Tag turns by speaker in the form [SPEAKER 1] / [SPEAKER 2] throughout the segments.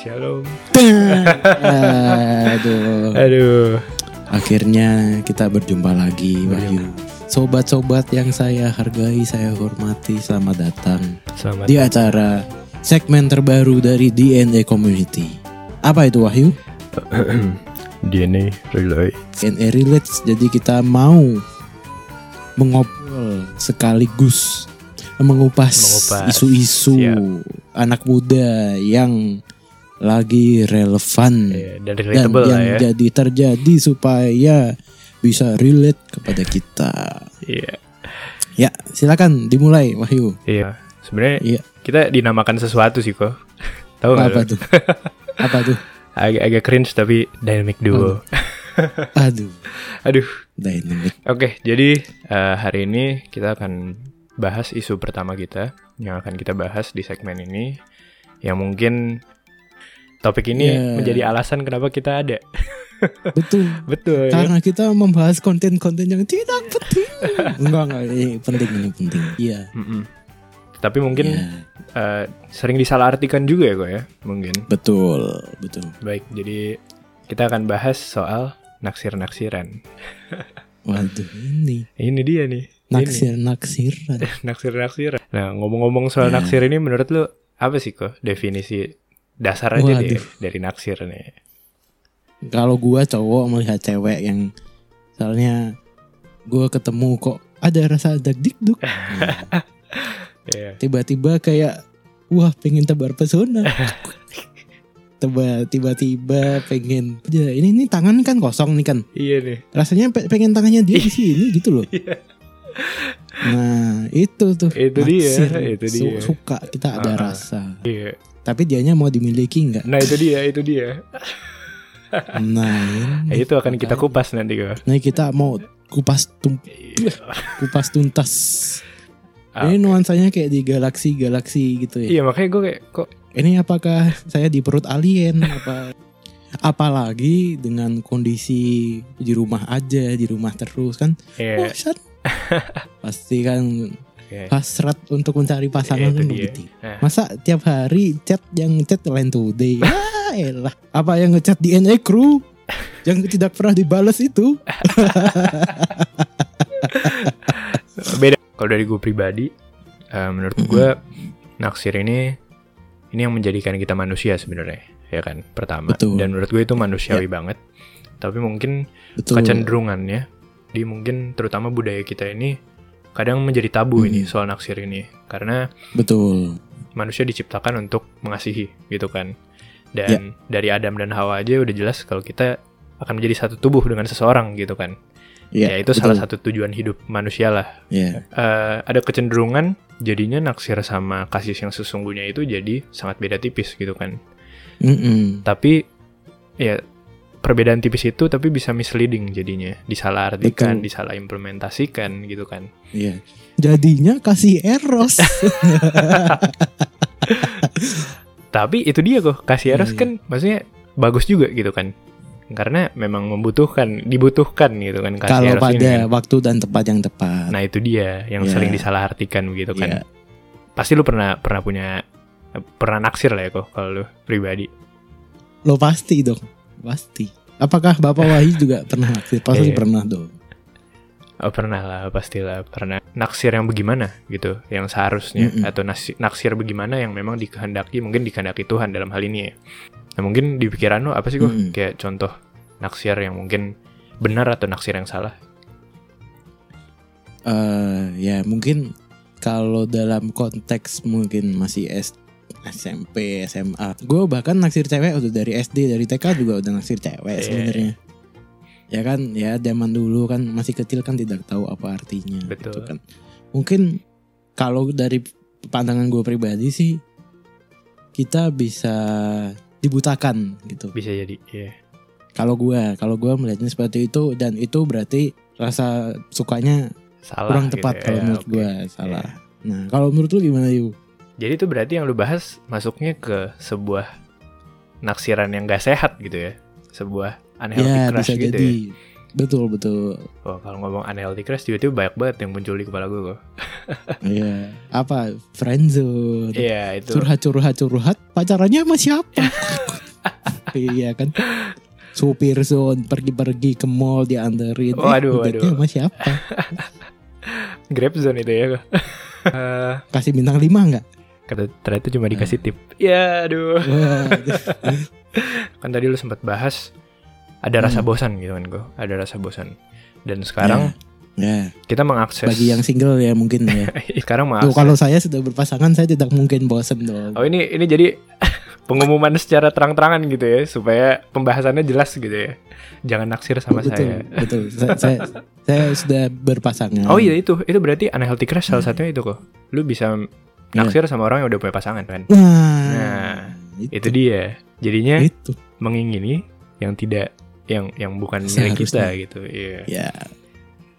[SPEAKER 1] Shalom.
[SPEAKER 2] Aduh.
[SPEAKER 1] Aduh.
[SPEAKER 2] Akhirnya kita berjumpa lagi Wahyu. Sobat-sobat yang saya hargai, saya hormati, selamat datang
[SPEAKER 1] Selamat.
[SPEAKER 2] di acara segmen terbaru dari DNA Community. Apa itu Wahyu?
[SPEAKER 1] DNA relay.
[SPEAKER 2] DNA Relates. Jadi kita mau mengobrol sekaligus mengupas
[SPEAKER 1] Mengupas.
[SPEAKER 2] isu-isu
[SPEAKER 1] Siap.
[SPEAKER 2] anak muda yang lagi relevan
[SPEAKER 1] Iya, dan
[SPEAKER 2] dan
[SPEAKER 1] relatable
[SPEAKER 2] yang
[SPEAKER 1] lah ya.
[SPEAKER 2] jadi terjadi supaya bisa relate kepada kita.
[SPEAKER 1] Iya.
[SPEAKER 2] Ya, silakan dimulai Wahyu.
[SPEAKER 1] Iya. Sebenarnya
[SPEAKER 2] Iya.
[SPEAKER 1] kita dinamakan sesuatu sih kok. Tahu nggak?
[SPEAKER 2] Apa
[SPEAKER 1] lu?
[SPEAKER 2] tuh? Apa tuh?
[SPEAKER 1] Agak agak cringe tapi dynamic duo.
[SPEAKER 2] Hmm. Aduh,
[SPEAKER 1] Aduh.
[SPEAKER 2] dynamic.
[SPEAKER 1] Oke, jadi eh, hari ini kita akan bahas isu pertama kita yang akan kita bahas di segmen ini yang mungkin topik ini
[SPEAKER 2] Iya.
[SPEAKER 1] menjadi alasan kenapa kita ada.
[SPEAKER 2] Betul.
[SPEAKER 1] Betul. ya?
[SPEAKER 2] Karena kita membahas konten-konten yang tidak penting. Enggak, enggak, ini penting ini penting. Iya.
[SPEAKER 1] Mm-mm. Tapi mungkin
[SPEAKER 2] Iya,
[SPEAKER 1] eh, sering disalahartikan juga ya kok ya, mungkin.
[SPEAKER 2] betul, betul.
[SPEAKER 1] Baik, jadi kita akan bahas soal naksir-naksiran.
[SPEAKER 2] Waduh, ini
[SPEAKER 1] Ini dia nih. ini.
[SPEAKER 2] naksir-naksiran.
[SPEAKER 1] Naksir-naksiran. Nah, ngomong-ngomong soal
[SPEAKER 2] Iya.
[SPEAKER 1] naksir ini menurut lu apa sih kok definisi dasar aja deh
[SPEAKER 2] Waduh.
[SPEAKER 1] dari naksir nih?
[SPEAKER 2] Kalau gua cowok melihat cewek yang soalnya gua ketemu kok ada rasa ada dikduk.
[SPEAKER 1] Iya.
[SPEAKER 2] tiba-tiba kayak wah pengen tebar pesona Teba- tiba-tiba pengen ya ini ini tangan kan kosong nih kan
[SPEAKER 1] Iya nih.
[SPEAKER 2] rasanya pe- pengen tangannya dia di sini gitu loh nah itu tuh
[SPEAKER 1] Iya. Itu dia, itu
[SPEAKER 2] Su-
[SPEAKER 1] dia.
[SPEAKER 2] suka kita
[SPEAKER 1] Ah,
[SPEAKER 2] ada
[SPEAKER 1] ah.
[SPEAKER 2] rasa
[SPEAKER 1] Iya.
[SPEAKER 2] tapi dianya mau dimiliki nggak
[SPEAKER 1] Nah, itu dia, itu dia.
[SPEAKER 2] nah
[SPEAKER 1] Nah,
[SPEAKER 2] ini
[SPEAKER 1] itu akan kita kupas nanti kok.
[SPEAKER 2] Nah, kita mau kupas tum-
[SPEAKER 1] Iya.
[SPEAKER 2] kupas tuntas
[SPEAKER 1] Ah,
[SPEAKER 2] ini nuansanya kayak di galaksi galaksi gitu ya
[SPEAKER 1] Iya, makanya gue kayak kok
[SPEAKER 2] ini apakah saya di perut alien apa apalagi dengan kondisi di rumah aja di rumah terus kan
[SPEAKER 1] iya.
[SPEAKER 2] bosan pasti kan
[SPEAKER 1] iya.
[SPEAKER 2] hasrat untuk mencari pasangan
[SPEAKER 1] Itu
[SPEAKER 2] kan
[SPEAKER 1] dia.
[SPEAKER 2] begitu
[SPEAKER 1] Nah.
[SPEAKER 2] masa tiap hari chat yang chat lain today ya elah apa yang ngechat DNA crew yang tidak pernah dibales itu
[SPEAKER 1] beda kalau dari gue pribadi eh, menurut gue naksir ini ini yang menjadikan kita manusia sebenarnya ya kan pertama
[SPEAKER 2] Betul.
[SPEAKER 1] dan menurut gue itu manusiawi banget tapi mungkin
[SPEAKER 2] betul
[SPEAKER 1] kecenderungannya di mungkin terutama budaya kita ini kadang menjadi tabu
[SPEAKER 2] Mhm.
[SPEAKER 1] ini soal naksir ini karena
[SPEAKER 2] betul
[SPEAKER 1] manusia diciptakan untuk mengasihi gitu kan dan dari Adam dan Hawa aja udah jelas kalau kita akan menjadi satu tubuh dengan seseorang gitu kan
[SPEAKER 2] Iya,
[SPEAKER 1] ya, itu salah satu tujuan hidup manusia lah
[SPEAKER 2] ya
[SPEAKER 1] eh, ada kecenderungan jadinya naksir sama kasih yang sesungguhnya itu jadi sangat beda tipis gitu kan.
[SPEAKER 2] Mm-mm.
[SPEAKER 1] Tapi ya perbedaan tipis itu tapi bisa misleading jadinya, disalahartikan,
[SPEAKER 2] Betul.
[SPEAKER 1] disalah implementasikan gitu kan.
[SPEAKER 2] Iya. jadinya kasih eros
[SPEAKER 1] Tapi itu dia kok, kasih eros
[SPEAKER 2] Iya, iya.
[SPEAKER 1] kan maksudnya bagus juga gitu kan. Karena memang membutuhkan, dibutuhkan gitu kan kasih
[SPEAKER 2] kalau
[SPEAKER 1] eros ini.
[SPEAKER 2] pada
[SPEAKER 1] kan.
[SPEAKER 2] waktu dan tempat yang tepat
[SPEAKER 1] Nah, itu dia yang
[SPEAKER 2] Iya.
[SPEAKER 1] sering disalahartikan begitu
[SPEAKER 2] Iya.
[SPEAKER 1] kan. Pasti lu pernah pernah punya pernah naksir lah ya kok kalau lu pribadi.
[SPEAKER 2] Lo pasti dong, pasti. Apakah Bapak Wahyu juga pernah naksir? Pasti
[SPEAKER 1] Iya.
[SPEAKER 2] pernah dong.
[SPEAKER 1] Oh, pernah lah, pastilah pernah. Naksir yang bagaimana gitu, yang seharusnya
[SPEAKER 2] Mm-mm.
[SPEAKER 1] atau nasi- naksir bagaimana yang memang dikehendaki, mungkin dikehendaki Tuhan dalam hal ini ya. Nah, mungkin di pikiran lo apa sih kok
[SPEAKER 2] Mm-mm.
[SPEAKER 1] kayak contoh naksir yang mungkin benar atau naksir yang salah?
[SPEAKER 2] Eh, ya mungkin kalau dalam konteks mungkin masih S SMP, SMA. Gue bahkan naksir cewek udah dari SD, dari TK juga udah naksir cewek
[SPEAKER 1] Iya.
[SPEAKER 2] sebenarnya. Ya kan, ya zaman dulu kan masih kecil kan tidak tahu apa artinya.
[SPEAKER 1] Betul.
[SPEAKER 2] gitu kan. Mungkin kalau dari pandangan gue pribadi sih kita bisa dibutakan gitu.
[SPEAKER 1] Bisa jadi, iya.
[SPEAKER 2] Kalau gua, kalau gua melihatnya seperti itu dan itu berarti rasa sukanya
[SPEAKER 1] Salah.
[SPEAKER 2] kurang
[SPEAKER 1] gitu
[SPEAKER 2] tepat
[SPEAKER 1] ya,
[SPEAKER 2] kalau menurut
[SPEAKER 1] oke. Ya. Iya.
[SPEAKER 2] gua salah. Nah, kalau menurut lu gimana Yu?
[SPEAKER 1] Jadi itu berarti yang lu bahas masuknya ke sebuah naksiran yang gak sehat gitu ya. Sebuah unhealthy
[SPEAKER 2] Ya
[SPEAKER 1] crush
[SPEAKER 2] bisa
[SPEAKER 1] gitu
[SPEAKER 2] jadi.
[SPEAKER 1] ya.
[SPEAKER 2] Betul betul.
[SPEAKER 1] Wah, kalau ngomong unhealthy crush tiba-tiba banyak banget yang muncul di kepala gue kok.
[SPEAKER 2] Iya. Apa friendzone?
[SPEAKER 1] Iya, itu.
[SPEAKER 2] Curhat curhat curhat pacarannya sama siapa? iya kan supir zone pergi-pergi ke mall dianterin
[SPEAKER 1] Oh, aduh,
[SPEAKER 2] budaknya
[SPEAKER 1] aduh.
[SPEAKER 2] sama siapa
[SPEAKER 1] Grab zone itu ya. Eh,
[SPEAKER 2] kasih bintang 5 nggak
[SPEAKER 1] kata ternyata cuma dikasih
[SPEAKER 2] Hmm.
[SPEAKER 1] tip. Ya aduh.
[SPEAKER 2] Wah,
[SPEAKER 1] Kan tadi lu sempat bahas ada rasa bosan gitu kan gue. Ada rasa bosan. Dan sekarang
[SPEAKER 2] Hmm. ya
[SPEAKER 1] kita mengakses
[SPEAKER 2] bagi yang single ya mungkin ya
[SPEAKER 1] sekarang
[SPEAKER 2] Tuh,
[SPEAKER 1] mengakses.
[SPEAKER 2] kalau saya sudah berpasangan saya tidak mungkin bosen dong
[SPEAKER 1] Oh ini ini jadi pengumuman secara terang-terangan gitu ya supaya pembahasannya jelas gitu ya. Jangan naksir sama
[SPEAKER 2] betul
[SPEAKER 1] saya.
[SPEAKER 2] betul saya, saya, saya sudah berpasangan
[SPEAKER 1] Oh iya itu itu berarti unhealthy crush
[SPEAKER 2] Hmm.
[SPEAKER 1] salah satunya itu kok. Lu bisa
[SPEAKER 2] Iya.
[SPEAKER 1] naksir sama orang yang udah punya pasangan kan. Nah,
[SPEAKER 2] nah,
[SPEAKER 1] Itu dia. Jadinya
[SPEAKER 2] itu
[SPEAKER 1] mengingini yang tidak yang yang bukan milik kita
[SPEAKER 2] Seharusnya.
[SPEAKER 1] gitu. Iya.
[SPEAKER 2] ya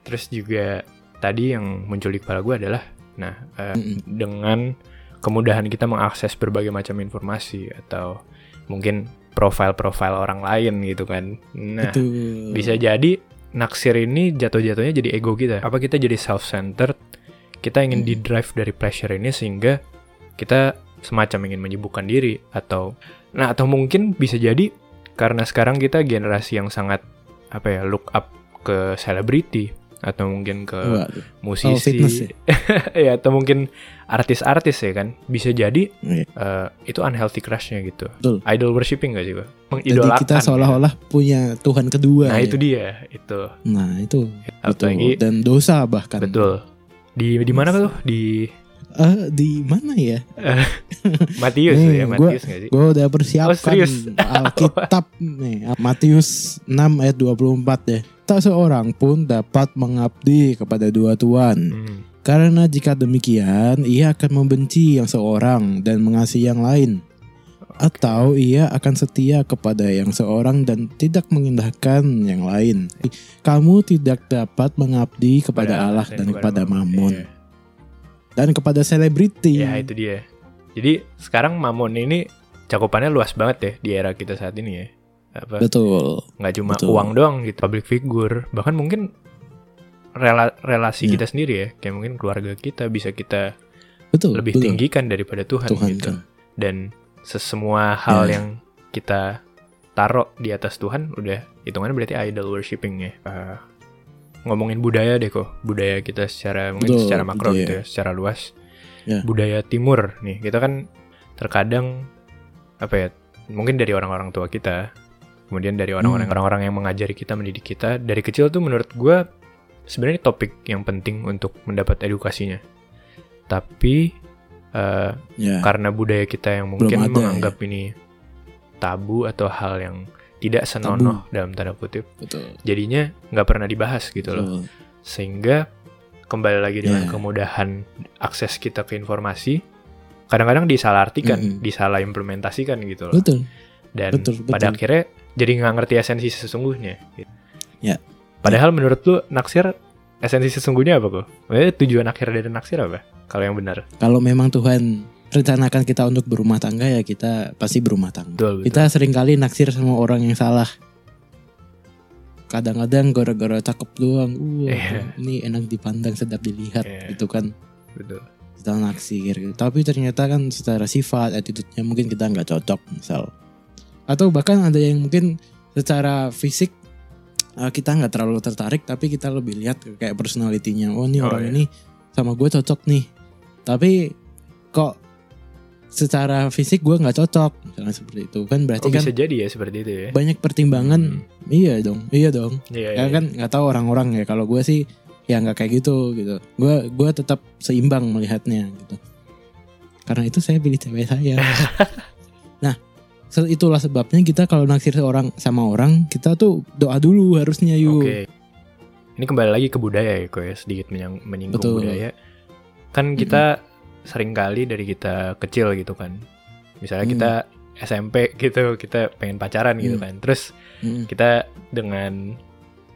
[SPEAKER 1] Terus juga tadi yang muncul di kepala gue adalah nah eh,
[SPEAKER 2] Mm-mm.
[SPEAKER 1] dengan kemudahan kita mengakses berbagai macam informasi atau mungkin profil-profil orang lain gitu kan. Nah,
[SPEAKER 2] itu
[SPEAKER 1] bisa
[SPEAKER 2] Hmm.
[SPEAKER 1] jadi naksir ini jatuh-jatuhnya jadi ego kita. Apa kita jadi self-centered? Kita ingin
[SPEAKER 2] Hmm.
[SPEAKER 1] di-drive dari pleasure ini sehingga kita semacam ingin menyibukkan diri atau nah atau mungkin bisa jadi karena sekarang kita generasi yang sangat apa ya look up ke selebriti atau mungkin ke
[SPEAKER 2] Wah,
[SPEAKER 1] musisi
[SPEAKER 2] Hmm. Oh, fitness ya?
[SPEAKER 1] ya atau mungkin artis-artis ya kan bisa jadi
[SPEAKER 2] Iya.
[SPEAKER 1] eh, itu unhealthy crushnya gitu
[SPEAKER 2] Betul.
[SPEAKER 1] idol worshipping gak sih Bang?
[SPEAKER 2] jadi
[SPEAKER 1] mengidolakan
[SPEAKER 2] kita seolah-olah punya Tuhan kedua
[SPEAKER 1] ya. nah
[SPEAKER 2] ya.
[SPEAKER 1] itu dia itu
[SPEAKER 2] nah itu betul
[SPEAKER 1] Apalagi-
[SPEAKER 2] dan dosa bahkan
[SPEAKER 1] Betul. Di di mana tuh? Di
[SPEAKER 2] Eh, di mana ya
[SPEAKER 1] Matius
[SPEAKER 2] Nih,
[SPEAKER 1] ya,
[SPEAKER 2] Eh, gua-
[SPEAKER 1] Matius nggak sih?
[SPEAKER 2] gue udah persiapkan
[SPEAKER 1] Oh, serius?
[SPEAKER 2] Alkitab nih Matius 6 ayat 24 ya tak seorang pun dapat mengabdi kepada dua tuan
[SPEAKER 1] Hmm.
[SPEAKER 2] karena jika demikian ia akan membenci yang seorang dan mengasihi yang lain atau ia akan setia kepada yang seorang dan tidak mengindahkan yang lain. Kamu tidak dapat mengabdi kepada Allah dan kepada Mammon
[SPEAKER 1] Iya.
[SPEAKER 2] dan kepada selebriti.
[SPEAKER 1] Ya, itu dia. Jadi sekarang Mammon ini cakupannya luas banget ya di era kita saat ini ya. Apa
[SPEAKER 2] Betul.
[SPEAKER 1] nggak cuma
[SPEAKER 2] betul.
[SPEAKER 1] uang doang gitu, public figure, bahkan mungkin rela- relasi
[SPEAKER 2] Iya.
[SPEAKER 1] kita sendiri ya, kayak mungkin keluarga kita bisa kita
[SPEAKER 2] Betul.
[SPEAKER 1] lebih
[SPEAKER 2] betul.
[SPEAKER 1] tinggikan daripada Tuhan,
[SPEAKER 2] Tuhan
[SPEAKER 1] gitu.
[SPEAKER 2] kan.
[SPEAKER 1] Dan sesemua hal
[SPEAKER 2] Ya.
[SPEAKER 1] yang kita taruh di atas Tuhan udah hitungannya berarti idol worshipping ya. Eh, ngomongin budaya deh kok, budaya kita secara mungkin
[SPEAKER 2] Betul,
[SPEAKER 1] secara makro
[SPEAKER 2] budaya.
[SPEAKER 1] gitu ya, secara luas.
[SPEAKER 2] Ya.
[SPEAKER 1] Budaya timur nih, kita kan terkadang apa ya? Mungkin dari orang-orang tua kita, kemudian dari orang-orang
[SPEAKER 2] Hmm.
[SPEAKER 1] orang-orang yang mengajari kita, mendidik kita dari kecil tuh menurut gua sebenarnya topik yang penting untuk mendapat edukasinya. Tapi eh,
[SPEAKER 2] Ya.
[SPEAKER 1] karena budaya kita yang mungkin
[SPEAKER 2] Belum ada, ya?
[SPEAKER 1] menganggap ini tabu atau hal yang tidak senonoh dalam tanda kutip
[SPEAKER 2] Betul.
[SPEAKER 1] jadinya nggak pernah dibahas gitu loh
[SPEAKER 2] Betul. Iya.
[SPEAKER 1] sehingga kembali lagi dengan
[SPEAKER 2] Yeah.
[SPEAKER 1] kemudahan akses kita ke informasi kadang-kadang disalahartikan
[SPEAKER 2] Mm-mm.
[SPEAKER 1] disalah implementasikan gitu loh
[SPEAKER 2] Betul.
[SPEAKER 1] dan
[SPEAKER 2] betul,
[SPEAKER 1] pada
[SPEAKER 2] betul.
[SPEAKER 1] akhirnya jadi nggak ngerti esensi sesungguhnya gitu.
[SPEAKER 2] Ya.
[SPEAKER 1] padahal menurut lu naksir esensi sesungguhnya apa kok Maksudnya tujuan akhir dari naksir apa kalau yang benar
[SPEAKER 2] Kalau memang Tuhan rencanakan kita untuk berumah tangga ya kita pasti berumah tangga.
[SPEAKER 1] betul betul
[SPEAKER 2] Kita seringkali naksir sama orang yang salah. Kadang-kadang gara-gara cakep doang. Wah,
[SPEAKER 1] Iya.
[SPEAKER 2] ini enak dipandang, sedap dilihat
[SPEAKER 1] Iya.
[SPEAKER 2] gitu kan.
[SPEAKER 1] betul
[SPEAKER 2] Kita naksir. gitu. Tapi ternyata kan secara sifat, attitude-nya mungkin kita nggak cocok misal. Atau bahkan ada yang mungkin secara fisik eh, kita nggak terlalu tertarik tapi kita lebih lihat ke kayak personalitinya. Oh, ini
[SPEAKER 1] Oh, iya.
[SPEAKER 2] orang ini sama gue cocok nih. Tapi kok secara fisik gue nggak cocok misalnya seperti itu kan berarti
[SPEAKER 1] oh
[SPEAKER 2] kan
[SPEAKER 1] bisa jadi ya seperti itu ya
[SPEAKER 2] banyak pertimbangan
[SPEAKER 1] Hmm.
[SPEAKER 2] iya dong iya dong
[SPEAKER 1] Iya,
[SPEAKER 2] ya kan nggak tahu orang-orang ya kalau gue sih ya nggak kayak gitu gitu gue gue tetap seimbang melihatnya gitu karena itu saya pilih cewek saya nah se- itulah sebabnya kita kalau naksir seorang sama orang kita tuh doa dulu harusnya yuk
[SPEAKER 1] iya. Oke. Ini kembali lagi ke budaya ya, Ko, ya sedikit menyang- menyinggung
[SPEAKER 2] Betul.
[SPEAKER 1] budaya. Kan kita seringkali dari kita kecil gitu kan. Misalnya
[SPEAKER 2] Mm.
[SPEAKER 1] kita SMP gitu, kita pengen pacaran gitu
[SPEAKER 2] Mm.
[SPEAKER 1] kan. Terus
[SPEAKER 2] Mm.
[SPEAKER 1] kita dengan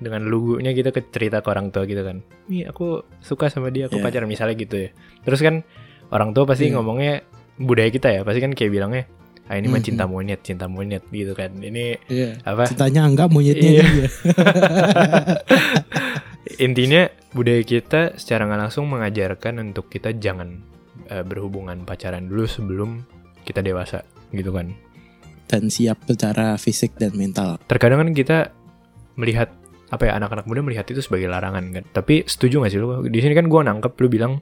[SPEAKER 1] dengan lugunya kita ke cerita ke orang tua gitu kan. Nih aku suka sama dia, aku
[SPEAKER 2] Iya.
[SPEAKER 1] pacaran misalnya gitu ya. Terus kan orang tua pasti
[SPEAKER 2] Iya.
[SPEAKER 1] ngomongnya budaya kita ya, pasti kan kayak bilangnya, ah ini mah
[SPEAKER 2] Mhm.
[SPEAKER 1] cinta monyet, cinta monyet gitu kan. Ini
[SPEAKER 2] Iya.
[SPEAKER 1] apa?
[SPEAKER 2] cintanya enggak monyetnya
[SPEAKER 1] Iya.
[SPEAKER 2] dia
[SPEAKER 1] Intinya budaya kita secara nggak langsung mengajarkan untuk kita jangan eh, berhubungan pacaran dulu sebelum kita dewasa gitu kan.
[SPEAKER 2] dan siap secara fisik dan mental.
[SPEAKER 1] Terkadang kan kita melihat apa ya anak-anak muda melihat itu sebagai larangan kan. Tapi setuju gak sih lu? Di sini kan gua nangkep lu bilang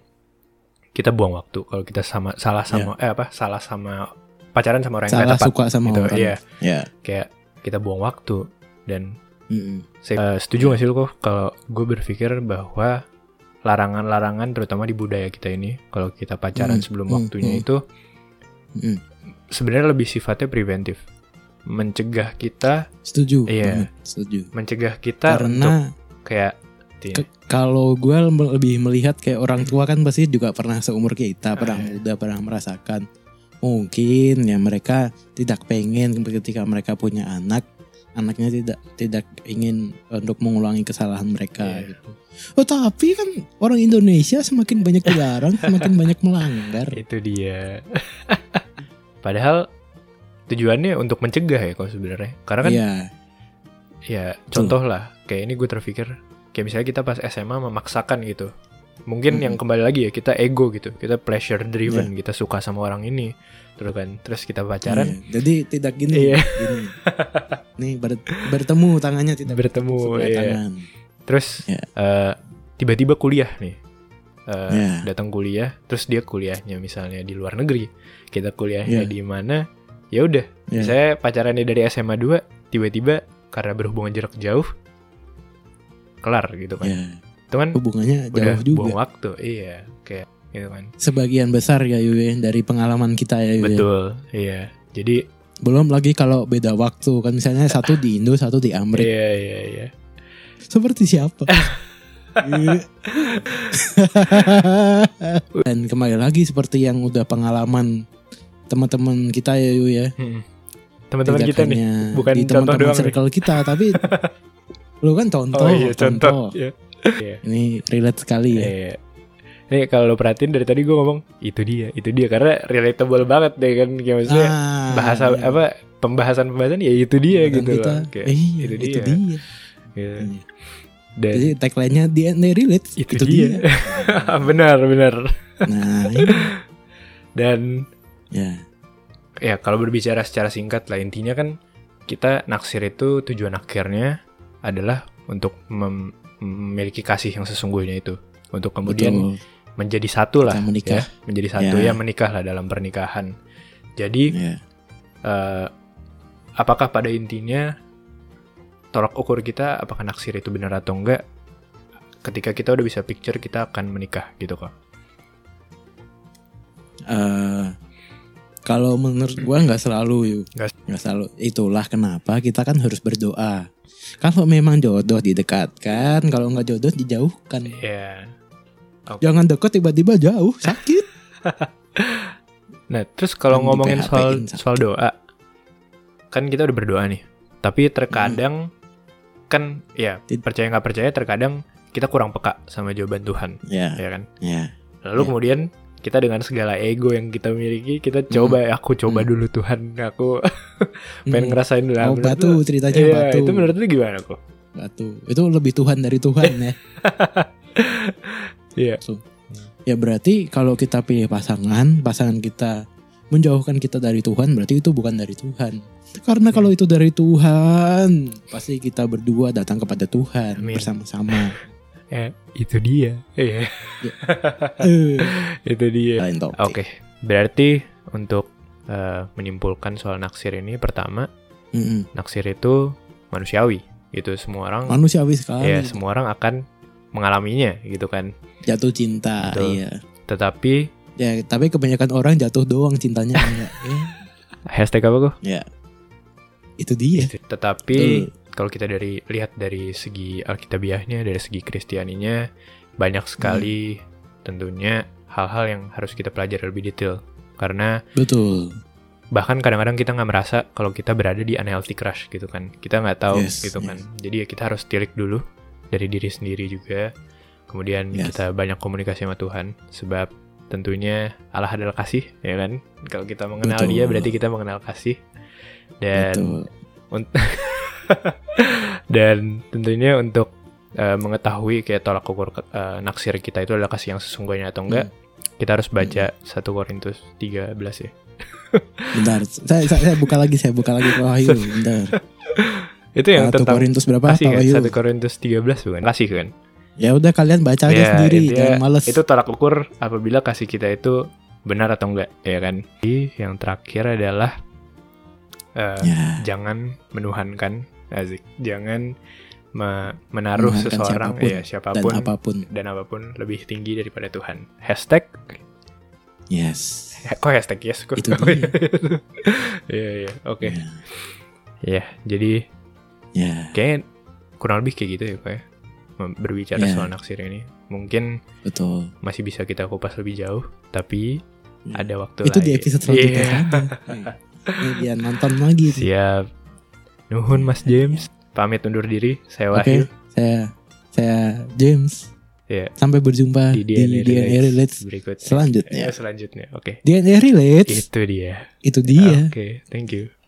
[SPEAKER 1] kita buang waktu kalau kita sama salah sama eh apa salah sama pacaran sama orang yang
[SPEAKER 2] Iya. Salah
[SPEAKER 1] gak tepat.
[SPEAKER 2] suka sama
[SPEAKER 1] gitu,
[SPEAKER 2] orang.
[SPEAKER 1] iya.
[SPEAKER 2] Ya.
[SPEAKER 1] Kayak kita buang waktu dan
[SPEAKER 2] Mm-mm.
[SPEAKER 1] saya eh, setuju gak sih lu kok kalau gue berpikir bahwa larangan-larangan terutama di budaya kita ini kalau kita pacaran
[SPEAKER 2] Hmm,
[SPEAKER 1] sebelum
[SPEAKER 2] hmm,
[SPEAKER 1] waktunya
[SPEAKER 2] hmm.
[SPEAKER 1] itu
[SPEAKER 2] Mm-mm.
[SPEAKER 1] sebenarnya lebih sifatnya preventif mencegah kita
[SPEAKER 2] Setuju.
[SPEAKER 1] Iya.
[SPEAKER 2] banget, Setuju.
[SPEAKER 1] mencegah kita untuk
[SPEAKER 2] Karena
[SPEAKER 1] kayak iya.
[SPEAKER 2] ke- kalau gue lebih melihat kayak orang tua kan pasti juga pernah seumur kita, pernah
[SPEAKER 1] Ah, iya.
[SPEAKER 2] muda, pernah merasakan. Mungkin ya mereka tidak pengen ketika mereka punya anak, anaknya tidak tidak ingin untuk mengulangi kesalahan mereka
[SPEAKER 1] Iya.
[SPEAKER 2] gitu. Oh tapi kan orang Indonesia semakin banyak dilarang, semakin banyak melanggar.
[SPEAKER 1] itu dia padahal tujuannya untuk mencegah ya kalau sebenarnya karena kan
[SPEAKER 2] Iya,
[SPEAKER 1] ya contoh lah kayak ini gue terpikir kayak misalnya kita pas SMA memaksakan gitu mungkin
[SPEAKER 2] Mm-mm.
[SPEAKER 1] yang kembali lagi ya kita ego gitu kita pleasure driven kita suka sama orang ini terus kan terus kita pacaran
[SPEAKER 2] iya. Jadi tidak gini.
[SPEAKER 1] iya
[SPEAKER 2] gini. Nih ber- bertemu tangannya tidak
[SPEAKER 1] bertemu
[SPEAKER 2] sebelah
[SPEAKER 1] iya.
[SPEAKER 2] tangan.
[SPEAKER 1] terus
[SPEAKER 2] Iya.
[SPEAKER 1] eh, tiba-tiba kuliah nih Eh,
[SPEAKER 2] Iya.
[SPEAKER 1] datang kuliah terus dia kuliahnya misalnya di luar negeri kita kuliahnya
[SPEAKER 2] Iya.
[SPEAKER 1] di mana ya udah
[SPEAKER 2] Iya.
[SPEAKER 1] saya pacarannya dari SMA 2 tiba-tiba karena berhubungan jarak jauh kelar gitu kan
[SPEAKER 2] Iya.
[SPEAKER 1] itu kan
[SPEAKER 2] Hubungannya
[SPEAKER 1] udah
[SPEAKER 2] jauh juga.
[SPEAKER 1] buang waktu iya kayak gitu kan
[SPEAKER 2] sebagian besar ya Yuye dari pengalaman kita ya Yuye.
[SPEAKER 1] betul iya jadi
[SPEAKER 2] Belum lagi kalau beda waktu kan misalnya satu di Indo, satu di Amerika.
[SPEAKER 1] iya iya iya
[SPEAKER 2] Seperti siapa? Iya. Dan kembali lagi seperti yang udah pengalaman teman-teman kita ya Yuye. ya.
[SPEAKER 1] Mm-mm. Hmm. teman-teman kita nih
[SPEAKER 2] hanya
[SPEAKER 1] bukan
[SPEAKER 2] di
[SPEAKER 1] contoh
[SPEAKER 2] teman-teman
[SPEAKER 1] doang nih.
[SPEAKER 2] circle kita tapi lu kan contoh,
[SPEAKER 1] oh iya contoh iya Iya.
[SPEAKER 2] Ini relate sekali ya.
[SPEAKER 1] Iya. Nih kalau lo perhatiin dari tadi gue ngomong itu dia, itu dia karena relatable banget deh kan kayak maksudnya
[SPEAKER 2] Ah,
[SPEAKER 1] bahasa
[SPEAKER 2] iya.
[SPEAKER 1] apa pembahasan-pembahasan ya itu dia
[SPEAKER 2] Kan
[SPEAKER 1] gitu
[SPEAKER 2] kita,
[SPEAKER 1] loh. Kayak,
[SPEAKER 2] iya,
[SPEAKER 1] itu
[SPEAKER 2] itu,
[SPEAKER 1] dia.
[SPEAKER 2] dia.
[SPEAKER 1] gitu.
[SPEAKER 2] Iya.
[SPEAKER 1] Dan
[SPEAKER 2] Jadi tagline-nya DNA relate
[SPEAKER 1] itu, dia. benar, benar.
[SPEAKER 2] Nah, ini.
[SPEAKER 1] Dan
[SPEAKER 2] ya.
[SPEAKER 1] ya kalau berbicara secara singkat lah intinya kan kita naksir itu tujuan akhirnya adalah untuk mem- memiliki kasih yang sesungguhnya itu. Untuk kemudian
[SPEAKER 2] Betul.
[SPEAKER 1] menjadi satu lah
[SPEAKER 2] Kita menikah.
[SPEAKER 1] ya, menjadi satu ya
[SPEAKER 2] Ya.
[SPEAKER 1] menikah lah dalam pernikahan. Jadi
[SPEAKER 2] Ya.
[SPEAKER 1] eh, apakah pada intinya tolak ukur kita apakah naksir itu benar atau enggak ketika kita udah bisa picture kita akan menikah gitu kok
[SPEAKER 2] Eh, kalau menurut gua nggak selalu yuk.
[SPEAKER 1] Nggak-
[SPEAKER 2] Nggak selalu. Itulah kenapa kita kan harus berdoa. Kalau memang jodoh didekatkan, kalau nggak jodoh dijauhkan.
[SPEAKER 1] ya
[SPEAKER 2] Jangan deket tiba-tiba jauh, sakit.
[SPEAKER 1] nah terus kalau
[SPEAKER 2] Kan di
[SPEAKER 1] ngomongin
[SPEAKER 2] PHP-in
[SPEAKER 1] soal
[SPEAKER 2] sakit.
[SPEAKER 1] soal doa kan kita udah berdoa nih tapi terkadang kan ya
[SPEAKER 2] Hmm. Tid-
[SPEAKER 1] percaya nggak percaya terkadang kita kurang peka sama jawaban Tuhan
[SPEAKER 2] ya,
[SPEAKER 1] ya kan
[SPEAKER 2] ya.
[SPEAKER 1] lalu
[SPEAKER 2] Ya.
[SPEAKER 1] kemudian kita dengan segala ego yang kita miliki kita coba aku coba
[SPEAKER 2] Hmm.
[SPEAKER 1] dulu Tuhan aku pengen ngerasain dulu
[SPEAKER 2] Oh,
[SPEAKER 1] Menurut lu-
[SPEAKER 2] batu ceritanya
[SPEAKER 1] Iya,
[SPEAKER 2] batu.
[SPEAKER 1] itu menurut lu gimana kok?
[SPEAKER 2] batu. Itu lebih Tuhan dari Tuhan ya.
[SPEAKER 1] Iya.
[SPEAKER 2] So, Ya berarti kalau kita pilih pasangan, pasangan kita menjauhkan kita dari Tuhan, berarti itu bukan dari Tuhan.
[SPEAKER 1] Iya.
[SPEAKER 2] Karena kalau itu dari Tuhan, pasti kita berdua datang kepada Tuhan
[SPEAKER 1] Amin.
[SPEAKER 2] bersama-sama.
[SPEAKER 1] Eh, itu dia. Iya,
[SPEAKER 2] Eh,
[SPEAKER 1] itu dia.
[SPEAKER 2] Lain topik.
[SPEAKER 1] Iya. Oke, berarti untuk eh, menyimpulkan soal naksir ini pertama,
[SPEAKER 2] Mm-mm.
[SPEAKER 1] naksir itu manusiawi. Gitu semua orang
[SPEAKER 2] Manusiawi sekali.
[SPEAKER 1] ya semua orang akan mengalaminya gitu kan.
[SPEAKER 2] Jatuh cinta,
[SPEAKER 1] Betul.
[SPEAKER 2] iya.
[SPEAKER 1] Tetapi
[SPEAKER 2] Ya, tapi kebanyakan orang jatuh doang cintanya enggak. Ya,
[SPEAKER 1] hashtag apa kok?
[SPEAKER 2] itu dia.
[SPEAKER 1] Tetapi
[SPEAKER 2] Iya. Betul.
[SPEAKER 1] kalau kita dari lihat dari segi alkitabiahnya, dari segi kristianinya banyak sekali
[SPEAKER 2] Hmm.
[SPEAKER 1] tentunya hal-hal yang harus kita pelajari lebih detail karena
[SPEAKER 2] Betul.
[SPEAKER 1] bahkan kadang-kadang kita nggak merasa kalau kita berada di unhealthy crush gitu kan kita nggak tahu
[SPEAKER 2] Yes,
[SPEAKER 1] gitu
[SPEAKER 2] yes.
[SPEAKER 1] kan jadi ya kita harus tilik dulu dari diri sendiri juga kemudian
[SPEAKER 2] Yes.
[SPEAKER 1] kita banyak komunikasi sama Tuhan sebab tentunya Allah adalah kasih ya kan kalau kita mengenal
[SPEAKER 2] Betul.
[SPEAKER 1] dia berarti kita mengenal kasih dan
[SPEAKER 2] Betul.
[SPEAKER 1] dan tentunya untuk eh, mengetahui kayak tolak ukur eh, naksir kita
[SPEAKER 2] Hmm.
[SPEAKER 1] itu adalah kasih yang sesungguhnya atau enggak kita harus baca 1 Korintus 13 ya
[SPEAKER 2] Bentar, saya, saya, saya buka lagi, saya buka lagi Wahyu. Bentar.
[SPEAKER 1] Itu yang
[SPEAKER 2] Satu
[SPEAKER 1] Iya, tentang
[SPEAKER 2] Korintus berapa?
[SPEAKER 1] kasih kan?
[SPEAKER 2] Wahyu.
[SPEAKER 1] 1 Korintus 13 bukan? Kasih kan?
[SPEAKER 2] Ya udah kalian baca aja
[SPEAKER 1] Ya,
[SPEAKER 2] sendiri,
[SPEAKER 1] intinya
[SPEAKER 2] jangan males.
[SPEAKER 1] Itu tolak ukur apabila kasih kita itu benar atau enggak, ya kan? Jadi yang terakhir adalah eh,
[SPEAKER 2] Ya,
[SPEAKER 1] jangan menuhankan Azik, jangan me- menaruh
[SPEAKER 2] Menuhankan
[SPEAKER 1] seseorang
[SPEAKER 2] siapapun
[SPEAKER 1] ya
[SPEAKER 2] dan
[SPEAKER 1] siapapun
[SPEAKER 2] apapun.
[SPEAKER 1] dan apapun lebih tinggi daripada Tuhan. Hashtag eh,
[SPEAKER 2] Yes.
[SPEAKER 1] kok hashtag yes kok.
[SPEAKER 2] Itu dia.
[SPEAKER 1] Iya iya oke.
[SPEAKER 2] Ya.
[SPEAKER 1] Ya jadi
[SPEAKER 2] Ya.
[SPEAKER 1] kayaknya kurang lebih kayak gitu ya kayak berbicara
[SPEAKER 2] Ya.
[SPEAKER 1] soal naksir ini. Mungkin
[SPEAKER 2] betul.
[SPEAKER 1] masih bisa kita kupas lebih jauh, tapi
[SPEAKER 2] Ya.
[SPEAKER 1] ada waktu
[SPEAKER 2] Itu
[SPEAKER 1] lagi.
[SPEAKER 2] di episode
[SPEAKER 1] Iya.
[SPEAKER 2] selanjutnya. aja. Ini dia nonton lagi. tuh.
[SPEAKER 1] Siap. Nuhun Mas James. Pamit undur diri. Saya
[SPEAKER 2] Oke,
[SPEAKER 1] Wahyu.
[SPEAKER 2] saya saya James.
[SPEAKER 1] Ya.
[SPEAKER 2] Sampai berjumpa Ah, di DNA, Relates
[SPEAKER 1] berikutnya.
[SPEAKER 2] selanjutnya.
[SPEAKER 1] Ya, selanjutnya. Oke.
[SPEAKER 2] DNA Relates Iya.
[SPEAKER 1] Itu dia.
[SPEAKER 2] itu dia.
[SPEAKER 1] Oke, thank you.